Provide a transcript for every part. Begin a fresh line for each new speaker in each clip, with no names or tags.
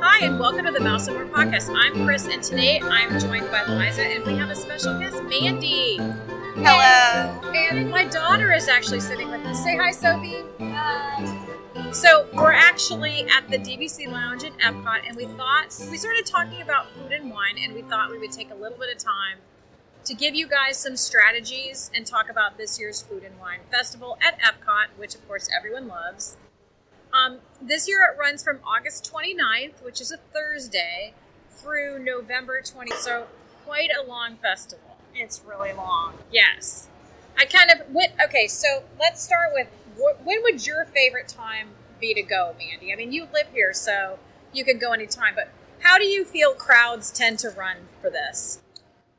Hi, and welcome to the Mouse and More podcast. I'm Chris, and today I'm joined by Liza, and we have a special guest, Mandy.
Hello.
And my daughter is actually sitting with us. Say hi, Sophie. So we're actually at the DVC Lounge in Epcot, and we thought we started talking about food and wine, and we thought we would take a little bit of time to give you guys some strategies and talk about this year's Food and Wine Festival at Epcot, which of course everyone loves. Um, this year it runs from August 29th, which is a Thursday, through November 20th. So quite a long festival.
It's really long.
Yes. I kind of went. Okay, so let's start with wh- when would your favorite time be to go, Mandy? I mean, you live here, so you can go anytime, but how do you feel crowds tend to run for this?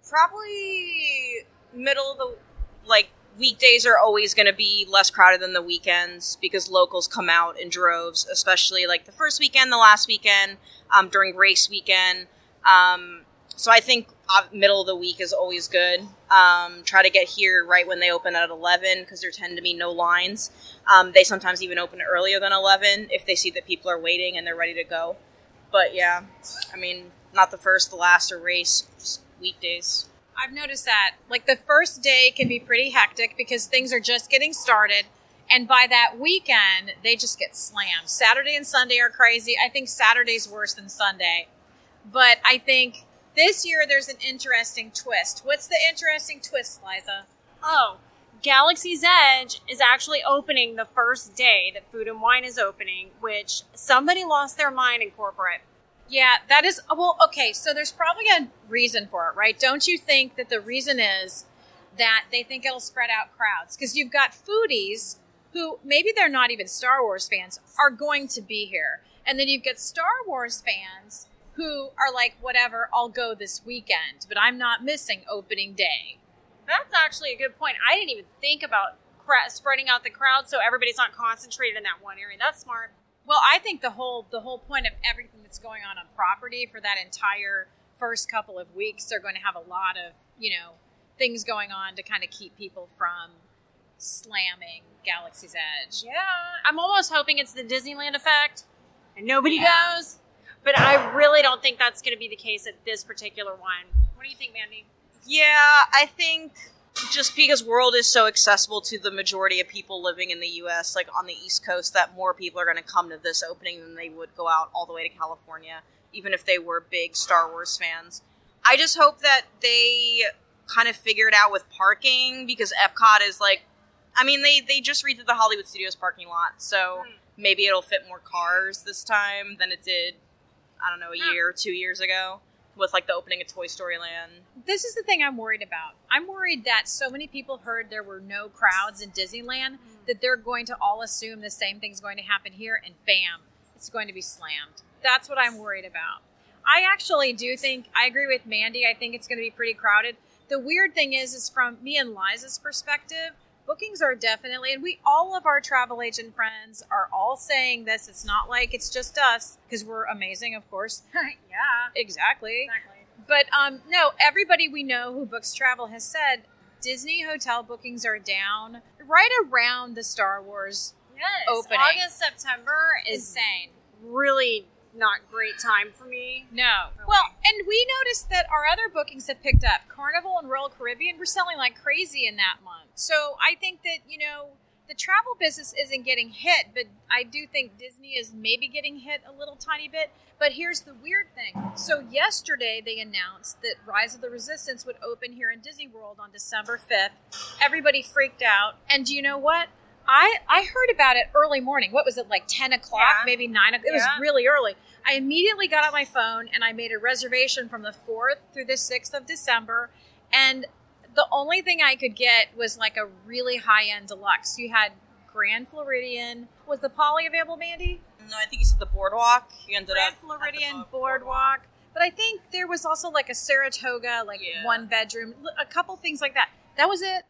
Probably middle of the like weekdays are always going to be less crowded than the weekends because locals come out in droves, especially like the first weekend, the last weekend, um, during race weekend. Um, so I think uh, middle of the week is always good. Um, try to get here right when they open at eleven because there tend to be no lines. Um, they sometimes even open earlier than eleven if they see that people are waiting and they're ready to go. But yeah, I mean, not the first, the last, or race just weekdays.
I've noticed that. Like the first day can be pretty hectic because things are just getting started. And by that weekend, they just get slammed. Saturday and Sunday are crazy. I think Saturday's worse than Sunday. But I think this year there's an interesting twist. What's the interesting twist, Liza?
Oh, Galaxy's Edge is actually opening the first day that Food and Wine is opening, which somebody lost their mind in corporate.
Yeah, that is oh, well, okay, so there's probably a reason for it, right? Don't you think that the reason is that they think it'll spread out crowds? Because you've got foodies who maybe they're not even Star Wars fans are going to be here. And then you've got Star Wars fans who are like, whatever, I'll go this weekend, but I'm not missing opening day.
That's actually a good point. I didn't even think about cra- spreading out the crowd so everybody's not concentrated in that one area. That's smart.
Well, I think the whole the whole point of everything that's going on on property for that entire first couple of weeks, they're going to have a lot of you know things going on to kind of keep people from slamming Galaxy's Edge.
Yeah, I'm almost hoping it's the Disneyland effect and nobody
Yeah.
goes, but I really don't think that's going to be the case at this particular one. What do you think, Mandy?
Yeah, I think just because World is so accessible to the majority of people living in the U.S., like on the East Coast, that more people are going to come to this opening than they would go out all the way to California, even if they were big Star Wars fans. I just hope that they kind of figure it out with parking because Epcot is like, I mean, they they just redid the Hollywood Studios parking lot, so
Hmm.
maybe it'll fit more cars this time than it did, I don't know, a
Hmm.
year or two years ago with like the opening of Toy Story Land.
This is the thing I'm worried about. I'm worried that so many people heard there were no crowds in Disneyland that they're going to all assume the same thing's going to happen here and bam, it's going to be slammed. That's what I'm worried about. I actually do think I agree with Mandy. I think it's going to be pretty crowded. The weird thing is is from me and Liza's perspective, bookings are definitely and we all of our travel agent friends are all saying this. It's not like it's just us because we're amazing, of course.
yeah,
Exactly.
exactly.
But um, no, everybody we know who books travel has said Disney hotel bookings are down right around the Star Wars
Yes,
Opening.
August September is
insane.
really not great time for me.
No.
No
Well,
way.
and we noticed that our other bookings have picked up. Carnival and Royal Caribbean were selling like crazy in that month. So I think that, you know, the travel business isn't getting hit, but I do think Disney is maybe getting hit a little tiny bit. But here's the weird thing. So yesterday they announced that Rise of the Resistance would open here in Disney World on December 5th. Everybody freaked out. And do you know what? I, I heard about it early morning. What was it, like 10 o'clock,
Yeah.
maybe 9 o'clock? It was
Yeah.
really early. I immediately got on my phone and I made a reservation from the 4th through the 6th of December. And the only thing I could get was like a really high end deluxe. You had Grand Floridian. Was the Poly available, Mandy?
No, I think you said the boardwalk. You ended
Grand
up
Floridian
at the
Boardwalk. But I think there was also like a Saratoga, like
Yeah.
one bedroom, l- a couple things like that. That was it.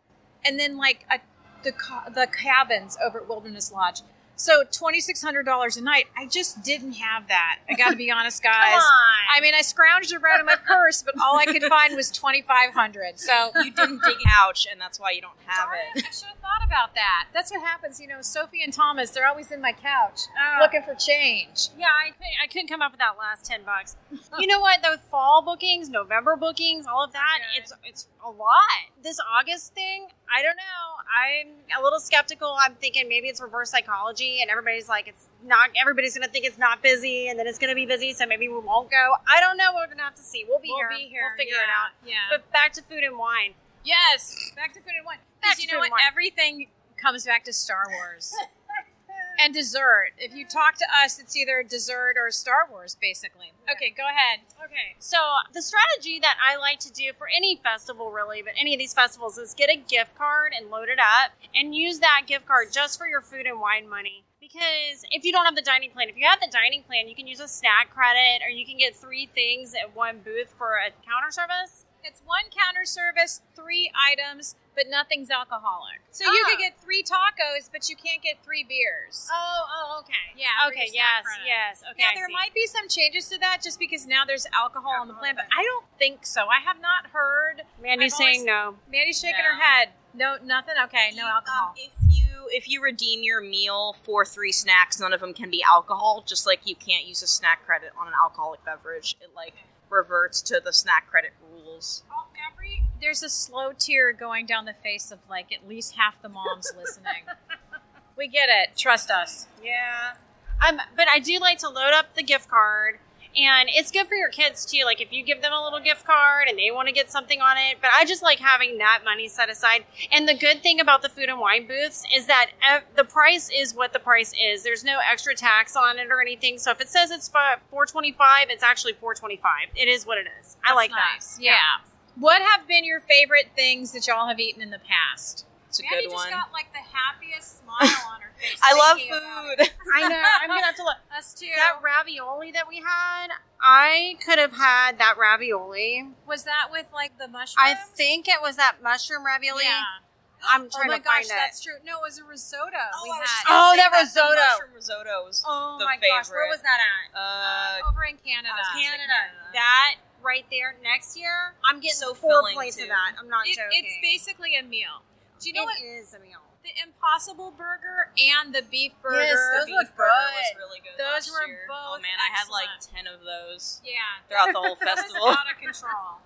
And then like a, the, ca- the cabins over at Wilderness Lodge. So twenty six hundred dollars a night. I just didn't have that. I got to be honest,
Come
guys.
on.
I mean, I scrounged around in my purse, but all I could find was twenty five hundred. So
You didn't dig ouch, and that's why you don't have
Darn
it.
it, I should have thought about that. That's what happens, you know. Sophie and Thomas, they're always in my couch
Oh.
looking for change.
Yeah, I couldn't, I couldn't come up with that last ten bucks. You know what? Those fall bookings, November bookings, all of that,
Okay.
it's it's a lot. This August thing, I don't know. I'm a little skeptical. I'm thinking maybe it's reverse psychology, and everybody's like, it's not. Everybody's going to think it's not busy, and then it's going to be busy, so maybe we won't go. I don't know. We're going to have to see. We'll be here. We'll figure it out.
Yeah.
But back to food and wine.
yes, back to food and wine. Because
Back to
you
food
know what?
and wine.
Everything comes back to Star Wars and dessert. If you talk to us, it's either dessert or Star Wars, basically. Okay, go ahead.
Okay, so the strategy that I like to do for any festival, really, but any of these festivals, is get a gift card and load it up and use that gift card just for your food and wine money. Because if you don't have the dining plan, if you have the dining plan, you can use a snack credit or you can get three things at one booth for a counter service.
It's one counter service, three items, but nothing's alcoholic. So you
Ah.
could get three tacos, but you can't get three beers.
Oh, oh, okay.
Yeah, for
Okay,
your snack
yes,
credit.
yes. Okay.
Now
I
there
see.
might be some changes to that just because now there's alcohol on the
Alcohol,
plan, but
okay.
I don't think so. I have not heard.
Mandy's
I've always-
saying no.
Mandy's shaking her
No.
head. No, nothing. Okay, no
Um,
alcohol.
if you if you redeem your meal for three snacks, none of them can be alcohol. Just like you can't use a snack credit on an alcoholic beverage, it like reverts to the snack credit rules.
All- Every there's a slow tear going down the face of like at least half the moms listening. We get it. Trust us.
Yeah. Um, but I do like to load up the gift card. And it's good for your kids too. Like if you give them a little gift card and they want to get something on it. But I just like having that money set aside. And the good thing about the food and wine booths is that ev- the price is what the price is. There's no extra tax on it or anything. So if it says it's fi- 425, it's actually 425. It is what it is. I like that.
Yeah. What have been your favorite things that y'all have eaten in the past?
It's a
Mandy
good
just
one.
got like the happiest smile on her face.
I love
thinking about it.
food.
I know. I'm going to have to look.
Us too.
That ravioli that we had, I could have had that ravioli.
was that with like the mushrooms?
I think it was that mushroom ravioli.
Yeah.
I'm
Oh
trying
my
to
gosh,
find
that's
it.
true. No, it was a risotto we
I was
had.
gonna
Oh,
say
that
the
risotto.
mushroom risotto was
Oh
the
my gosh, where
favorite.
was that at?
uh,
over in Canada.
Uh, Canada.
That right there next year. I'm getting
So
four
filling,
plates
too.
of that. I'm not
It-
joking.
it's basically a meal. Do you know what?
It is a meal.
The Impossible Burger and the beef burger.
those
the
were
beef burger was
good.
really good.
Those
last
were
year.
both
Oh man, I had like
excellent.
ten of those
yeah.
throughout the whole
That was
festival.
out of control.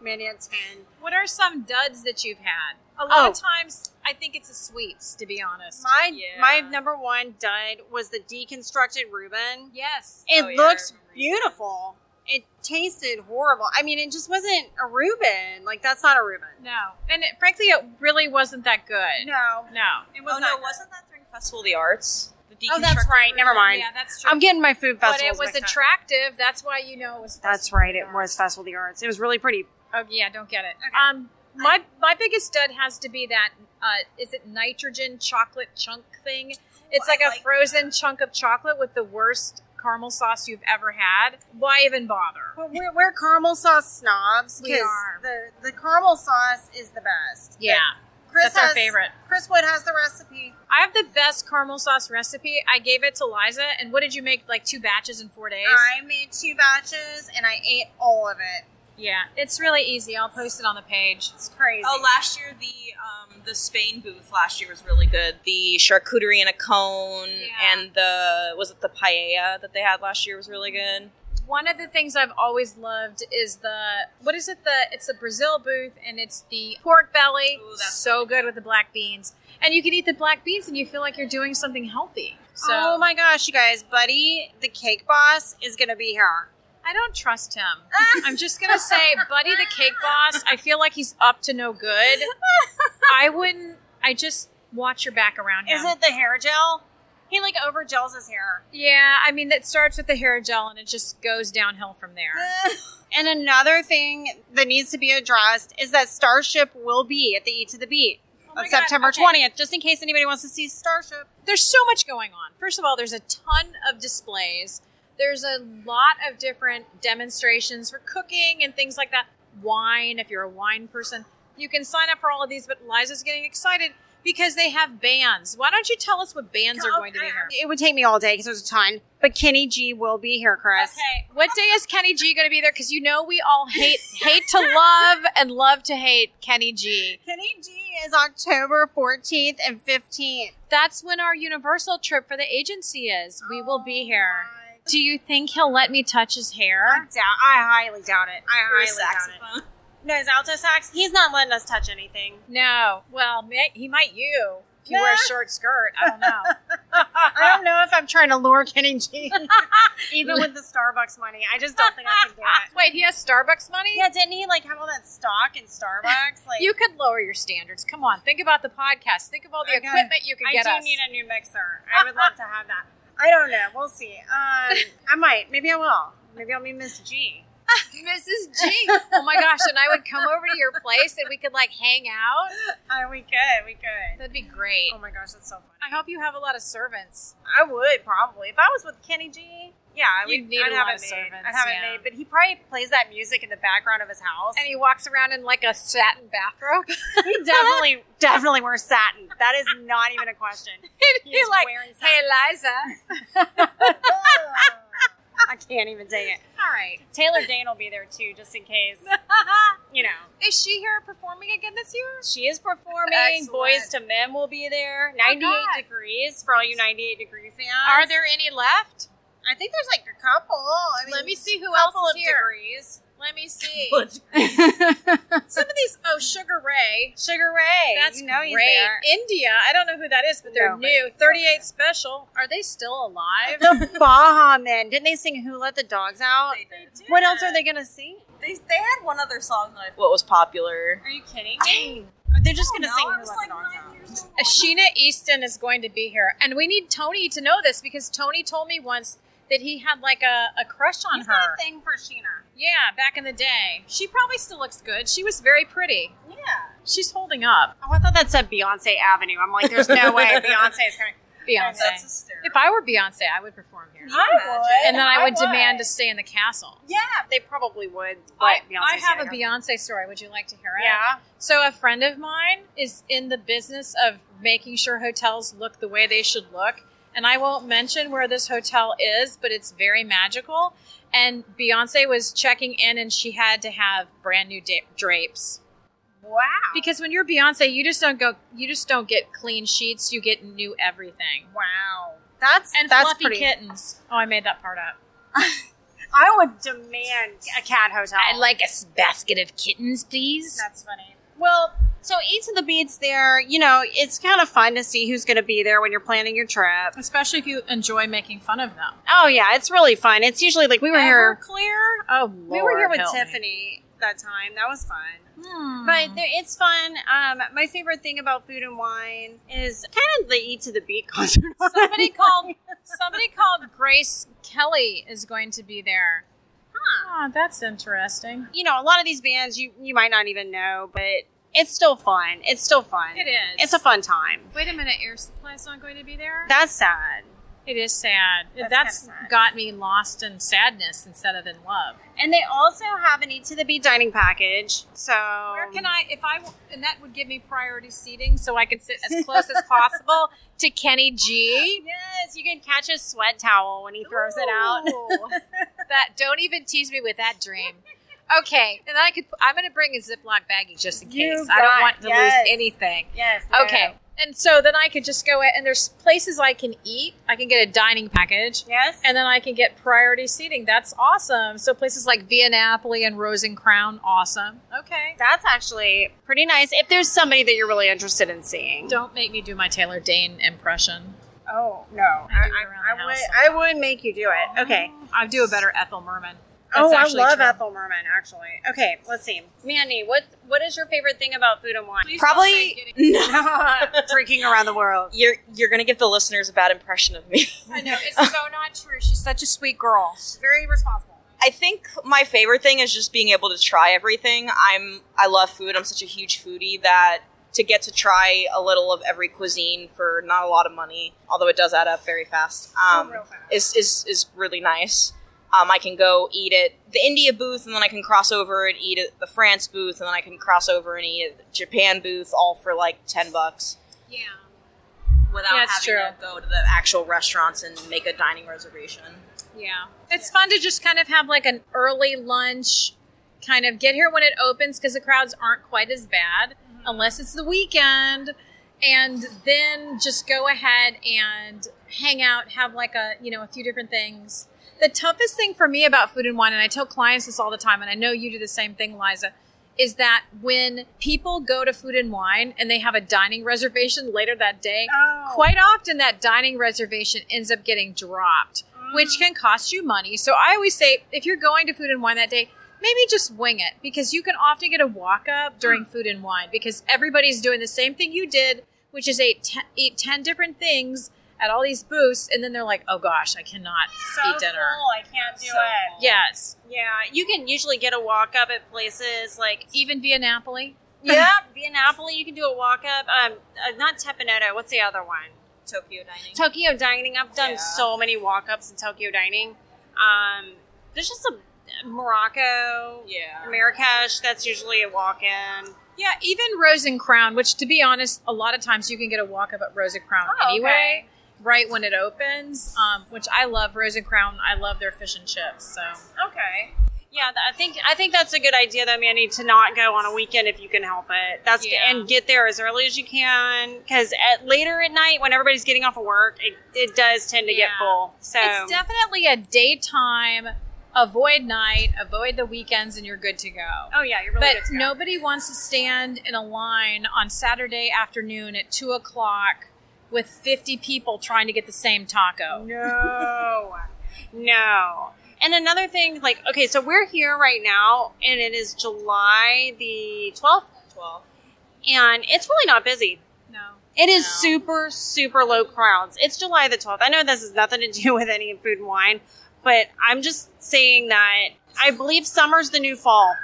Mandy at ten.
What are some duds that you've had? A lot of
Oh.
times, I think it's the sweets, to be honest.
My
Yeah.
my number one dud was the deconstructed Reuben.
yes.
It
Oh, yeah, I
looks
remember you-
beautiful. It tasted horrible. I mean, it just wasn't a Reuben. Like that's not a Reuben.
No. And it, frankly, it really wasn't that good.
No,
No.
it was
oh no,
not.
wasn't that during Festival of the Arts? The
Oh, that's
deconstructed
right. Never mind.
Yeah, that's true.
I'm getting my food
but
festivals.
it was
mixed up.
attractive. That's why you know it was.
That's
Festival
right. It
Star.
was Festival of the Arts. It was really pretty.
Oh yeah, don't get it. Um, my my biggest dud has to be that uh, is it nitrogen chocolate chunk thing? It's
I
like a
like
frozen chunk of chocolate with the worst caramel sauce you've ever had. Why even bother?
But we're, we're caramel sauce snobs
We
because
are.
the, the caramel sauce is the best.
Yeah,
But Chris
that's our
has-
favorite.
Chris Wood has the recipe.
I have the best caramel sauce recipe. I gave it to Liza, and what did you make? Like two batches in four days?
I made two batches and I ate all of it.
yeah, it's really easy. I'll post it on the page.
It's crazy.
Oh, last year the um, the Spain booth last year was really good. The charcuterie in a cone
Yeah.
and the was it the paella that they had last year was really
Mm-hmm.
good.
One of the things I've always loved is the what is it? The it's the Brazil booth, and it's the pork belly.
Ooh, that's
so good with the black beans, and you can eat the black beans, and you feel like you're doing something healthy. So
oh my gosh, you guys, Buddy, the cake boss, is going to be here.
I don't trust him. I'm just gonna say, Buddy the Cake Boss. I feel like he's up to no good. I wouldn't. I just watch your back around him.
Is it the hair gel? He like over gels his hair.
Yeah, I mean that starts with the hair gel, and it just goes downhill from there.
and another thing that needs to be addressed is that Starship will be at the E to the Beat on September 20th, just in case anybody wants to see Starship.
there's so much going on. First of all, there's a ton of displays. There's a lot of different demonstrations for cooking and things like that. Wine, if you're a wine person, you can sign up for all of these. But Liza's getting excited because they have bands. Why don't you tell us what bands are going to be here?
It would take me all day because there's a ton. But Kenny G will be here, Chris.
Okay, what day is Kenny G going to be there? Because you know we all hate hate to love and love to hate Kenny G.
Kenny G is October 14th and 15th.
That's when our Universal trip for the agency is. We will be here.
Oh
Do you think he'll let me touch his
I
hair?
doubt. I highly doubt it. I
Or a
highly doubt
saxophone.
it. No, his alto sax. He's not letting us touch anything.
No. Well, may, he might you if you wear a
Nah.
short skirt. I don't know.
I don't know if I'm trying to lure Kenny G, Uh-uh. even with the Starbucks money. I just don't think I can do it.
Wait, he has Starbucks money?
Yeah, didn't he like have all that stock in Starbucks? Like,
You could lower your standards. Come on, think about the podcast. Think of all the
Okay.
equipment you could
I
get
do
us.
need a new mixer. I would love to have that. I don't know. We'll see. Um, I might. Maybe I will. Maybe I'll be Miss G.
Mrs. G. Oh my gosh! And I would come over to your place and we could like hang out.
Uh, we could. We could.
That'd be great.
Oh my gosh, that's so funny.
I hope you have a lot of servants.
I would probably if I was with Kenny G. Yeah, I
You'd
would-
need
I'd
a
have
lot
it
of
made.
servants,
I'd have
yeah.
it made, but he probably plays that music in the background of his house.
And he walks around in like a satin bathrobe.
he definitely, definitely wears satin. That is not even a question.
He's
He's
like,
wearing
"Hey,
satin.
Liza."
I can't even take it.
All right.
Taylor Dane will be there too, just in case. You know,
Is she here performing again this year?
she is performing.
Excellent.
Boys to Men will be there.
Oh,
98
God.
degrees for all you 98 degree fans.
Are there any left?
I think there's like a couple. I mean,
Let me see who else
couple
is
of
here.
degrees.
Let me see.
Sugar
Some of these. Oh, Sugar Ray.
Ray.
That's
you know
great.
he's there.
India. I don't know who that is, but they're
No,
new.
but-
Thirty-eight special. Are they still alive?
The Baja Men. Didn't they sing Who Let the Dogs Out? What else are they going to sing?
They, they had one other song that I
What was popular?
Are you kidding me? They're
Oh,
just going to
No,
sing Who
I
Let
was like
the Dogs
nine
Out.
years old.
Sheena Easton is going to be here, and we need Tony to know this because Tony told me once that he had like a, a crush on
He's
her.
got a thing for Sheena.
Yeah, back in the day. She probably still looks good. She was very pretty.
Yeah.
She's holding up,
Oh, I thought that said Beyonce Avenue. I'm like, there's no way Beyonce is coming.
Beyonce.
That's hysterical.
if I were Beyonce, I would perform here. And then I would demand to stay in the castle.
Yeah, they probably would. But
I,
Beyonce's
I have a
here.
Beyonce story. Would you like to hear it?
Yeah.
So, a friend of mine is in the business of making sure hotels look the way they should look. And I won't mention where this hotel is, but it's very magical. And Beyonce was checking in and she had to have brand new da- drapes.
Wow.
Because when you're Beyonce, you just don't go, you just don't get clean sheets, you get new everything.
wow. That's
And
that's
fluffy
pretty.
kittens. Oh, I made that part up.
I would demand a cat hotel.
like a s- basket of kittens, please.
That's funny. Well, so each of the beats there, you know, it's kind of fun to see who's going to be there when you're planning your trip.
Especially if you enjoy making fun of them.
Oh yeah, it's really fun. It's usually like we were here.
Everclear? Oh, Lord,
we were here with
help me.
Tiffany that time. That was fun.
Hmm.
But there, it's fun. Um, my favorite thing about food and wine is kind of the eat to the beat concert.
somebody called somebody called Grace Kelly is going to be there. Huh. Ah, that's interesting.
you know, a lot of these bands you you might not even know, but it's still fun. It's still fun.
It is.
It's a fun time.
Wait a minute, Air Supply's not going to be there.
That's sad.
it is sad. That's,
That's kinda sad.
got me lost in sadness instead of in love.
And they also have an eat to the beat dining package. So
Where can I, if I, w- and that would give me priority seating so I can sit as close as possible to Kenny G.
Yes, you can catch a sweat towel when he throws it out.
Ooh. that don't even tease me with that dream. Okay, and I could. I'm going to bring a Ziploc baggie just in
You
case. I don't
got-
want to
yes.
lose anything.
Yes.
Okay, and so then I could just go in, and there's places I can eat. I can get a dining package,
Yes.
and then I can get priority seating. That's awesome. So places like Via Napoli and Rosencrown, awesome. Okay.
that's actually pretty nice. If there's somebody that you're really interested in seeing.
Don't make me do my Taylor Dane impression.
Oh no.
I do it around the house
would. I would make you do it. Okay.
I do a better Ethel Merman.
oh,
That's
I
actually
love
true.
Ethel Merman. Actually. Okay. Let's see. Mandy, what what is your favorite thing about food and wine?
Please don't say
Probably.
getting-
Drinking around the world.
You're you're gonna give the listeners a bad impression of me.
I know it's so not true. She's such a sweet girl.
Very responsible.
I think my favorite thing is just being able to try everything. I'm I love food. I'm such a huge foodie that to get to try a little of every cuisine for not a lot of money, although it does add up very fast, um,
real fast.
is is is really nice. Um, I can go eat at the India booth, and then I can cross over and eat at the France booth, and then I can cross over and eat at the Japan booth, all for like ten bucks.
Yeah.
without
Yeah,
having
it's
to go to the actual restaurants and make a dining reservation.
Yeah. It's fun to just kind of have like an early lunch, kind of get here when it opens because the crowds aren't quite as bad unless it's the weekend. And then just go ahead and hang out, have like a, you know, a few different things. The toughest thing for me about food and wine, and I tell clients this all the time, and I know you do the same thing, Liza, is that when people go to food and wine and they have a dining reservation later that day, quite often that dining reservation ends up getting dropped, which can cost you money. So I always say if you're going to food and wine that day, maybe just wing it because you can often get a walk up during food and wine because everybody's doing the same thing you did, which is eight, te- eat 10 different things at all these booths. And then they're like, oh gosh, I cannot
so
eat dinner.
full, I can't do
So
it.
full.
Yes.
Yeah, you can usually get a walk up at places like
Even via Napoli.
yeah, via Napoli. You can do a walk up. Um, uh, not Tepanetto. What's the other one?
Tokyo dining.
Tokyo Dining. I've done
Yeah.
so many walk ups in Tokyo Dining. Um, there's just a Morocco,
yeah.
Marrakesh. That's usually a walk in.
Yeah, even Rose and Crown, which to be honest, a lot of times you can get a walk up at Rose and Crown
okay.
anyway, right when it opens. Um, which I love Rose and Crown. I love their fish and chips. So
Okay. Yeah, th- I think I think that's a good idea, though, Manny, to not go on a weekend if you can help it. That's
Yeah.
and get there as early as you can because at, later at night, when everybody's getting off of work, it, it does tend to get
Yeah.
full. So
it's definitely a daytime, avoid night, avoid the weekends, and you're good to go.
oh yeah, you're really
But
good to go.
nobody wants to stand in a line on Saturday afternoon at two o'clock with fifty people trying to get the same taco.
No. no. And another thing, like, okay, so we're here right now, and it is July the 12th,
12.
and it's really not busy.
No.
It is
No.
super, super low crowds. It's July the 12th. I know this has nothing to do with any food and wine, but I'm just saying that I believe summer's the new fall.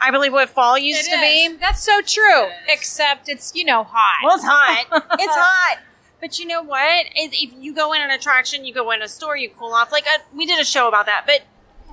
I believe what fall used
It
to
is.
be.
That's so true.
It is.
Except it's you know hot.
Well, it's hot.
It's hot.
But you know what? If if you go in an attraction, you go in a store, you cool off. Like I, we did a show about that, but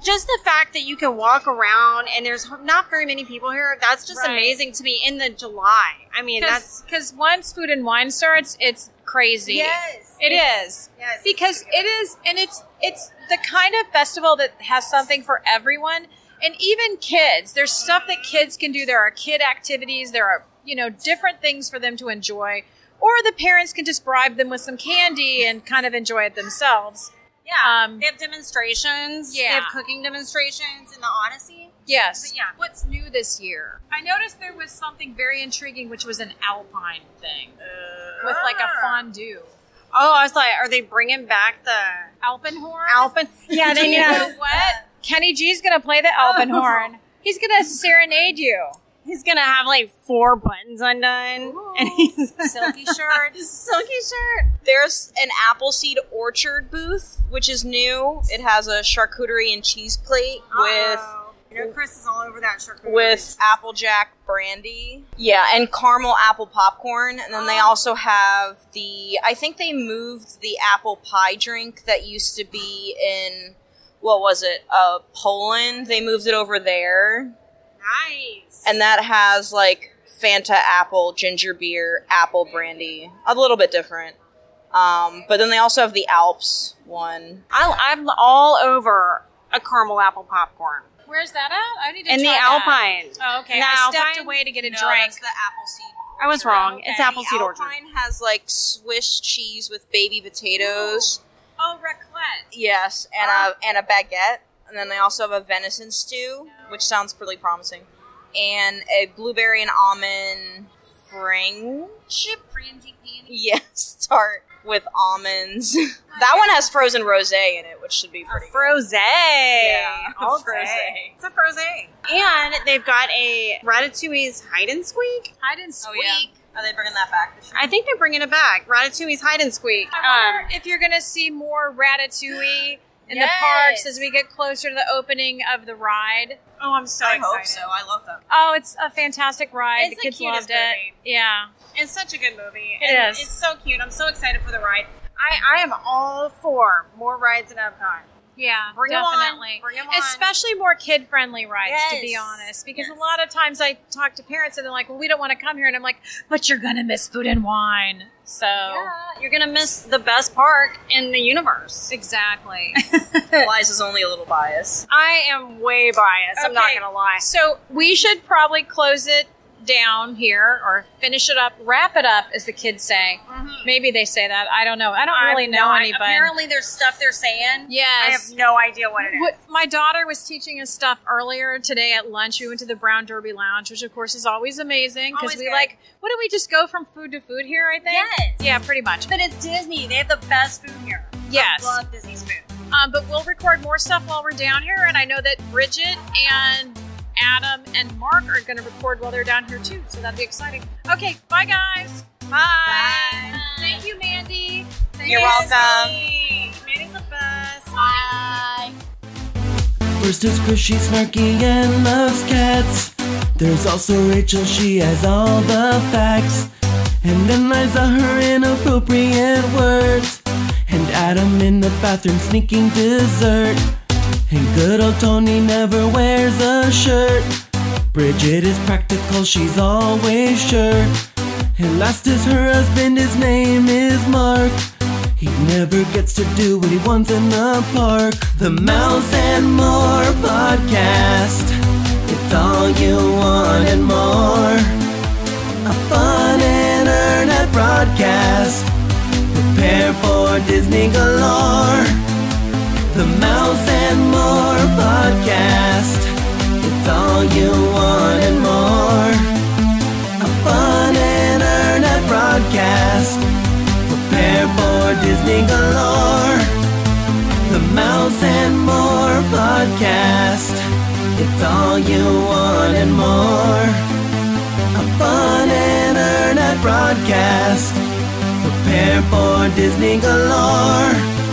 just the fact that you can walk around and there's not very many people here, that's just
Right.
amazing to me. In the July, I mean, that's
because once food and wine starts, it's crazy.
Yes.
it is
Yes.
because it is, and it's it's the kind of festival that has something for everyone, and even kids. There's stuff that kids can do. There are kid activities. There are you know different things for them to enjoy, or the parents can just bribe them with some candy and kind of enjoy it themselves.
yeah.
Um,
they have demonstrations. They
Yeah.
have cooking demonstrations in the Odyssey.
Yes.
But yeah.
What's new this year? I noticed there was something very intriguing, which was an alpine thing with like a fondue.
Oh, I was like, are they bringing back the
Alpenhorn.
Alpen? Yeah,
Do
they
you know
know.
what? Kenny G's gonna play
Oh.
the alpenhorn. He's gonna serenade you.
He's gonna have like four buttons undone, and he's
Silky shirts.
silky shirt.
There's an Appleseed Orchard booth, which is new. It has a charcuterie and cheese plate with
you know, Chris is all over that shirt.
with applejack brandy yeah and caramel apple popcorn and then they
Ah.
also have the i think they moved the apple pie drink that used to be in what was it uh poland they moved it over there
nice.
and that has like fanta apple ginger beer apple brandy a little bit different um but then they also have the alps one
I, I'm all over a caramel apple popcorn
Where's that at? I need to.
and the
try that.
Alpine.
Oh, okay.
And the
I stepped
Alpine?
away to get a
No,
drink.
Oh, that's the Appleseed
I was wrong. It's
Okay.
Appleseed
the
Orchard.
Alpine has like Swiss cheese with baby potatoes.
Oh, raclette.
Yes, and
Uh-huh.
a and a baguette, and then they also have a venison stew, which sounds pretty promising, and a blueberry and almond friendship. Yes, tart with almonds. that one has frozen rosé in it, which should be
A
pretty. good.
Froze.
Yeah,
all
frosé.
day. It's a Froze. And they've got a Ratatouille's Hide and Squeak.
I didn't
Oh
squeak.
yeah, are they bringing that back? This year?
I think they're bringing it back. Ratatouille's Hide and Squeak.
I wonder
Um,
if you're gonna see more ratatouille in
Yes.
the parks as we get closer to the opening of the ride.
oh, I'm so
I
excited.
hope so. I love that.
Oh, it's a fantastic ride.
It's
the
the
kids
cutest
loved it.
movie.
Yeah.
It's such a good movie.
It
and
is.
It's so cute. I'm so excited for the ride. I, I am all for more rides in Epcot. Yeah,
Bring 'em on.
definitely.
Bring 'em on.
Especially more kid friendly rides, to be
Yes.
honest, because
Yes.
a lot of times I talk to parents and they're like, "Well, we don't want to come here," and I'm like, "But you're gonna miss food and wine." So
Yeah.
you're gonna miss the best park in the universe. Exactly.
Liza's only a little biased.
I am way biased. I'm not
Okay.
gonna lie.
So we should probably close it down here or finish it up, wrap it up, as the kids say. Maybe they say that. I don't know. I don't
I'm
really know
not-
anybody.
Mm-hmm. Apparently, there's stuff they're saying.
yes.
I have no idea what it is.
What, my daughter was teaching us stuff earlier today at lunch. We went to the Brown Derby Lounge, which of course is always amazing because
Always
we
good.
like. What do we just go from food to food here? I think.
Yes.
Yeah, pretty much.
But it's Disney. They have the best food here.
Yes.
I love Disney's food.
Um, but we'll record more stuff while we're down here, and I know that Bridget and Adam and Mark are going to record while they're down here too. So that'll be exciting. Okay, bye guys. Bye. Thank you, Mandy. Thank
You're
you,
welcome.
Mandy. Mandy's the best.
Bye.
First is Chris, she's snarky and loves cats. There's also Rachel, she has all the facts. And then Liza, her inappropriate words. And Adam in the bathroom sneaking dessert. And good old Tony never wears a shirt. Bridget is practical, she's always sure. And last is her husband, his name is Mark. He never gets to do what he wants in the park. The Mouse and More podcast. It's all you want and more. A fun internet broadcast. Prepare for Disney galore. The Mouse and More podcast. It's all you want and more. A fun internet broadcast. Prepare for Disney galore. The Mouse and More podcast. It's all you want and more. A fun internet broadcast. Prepare for Disney galore.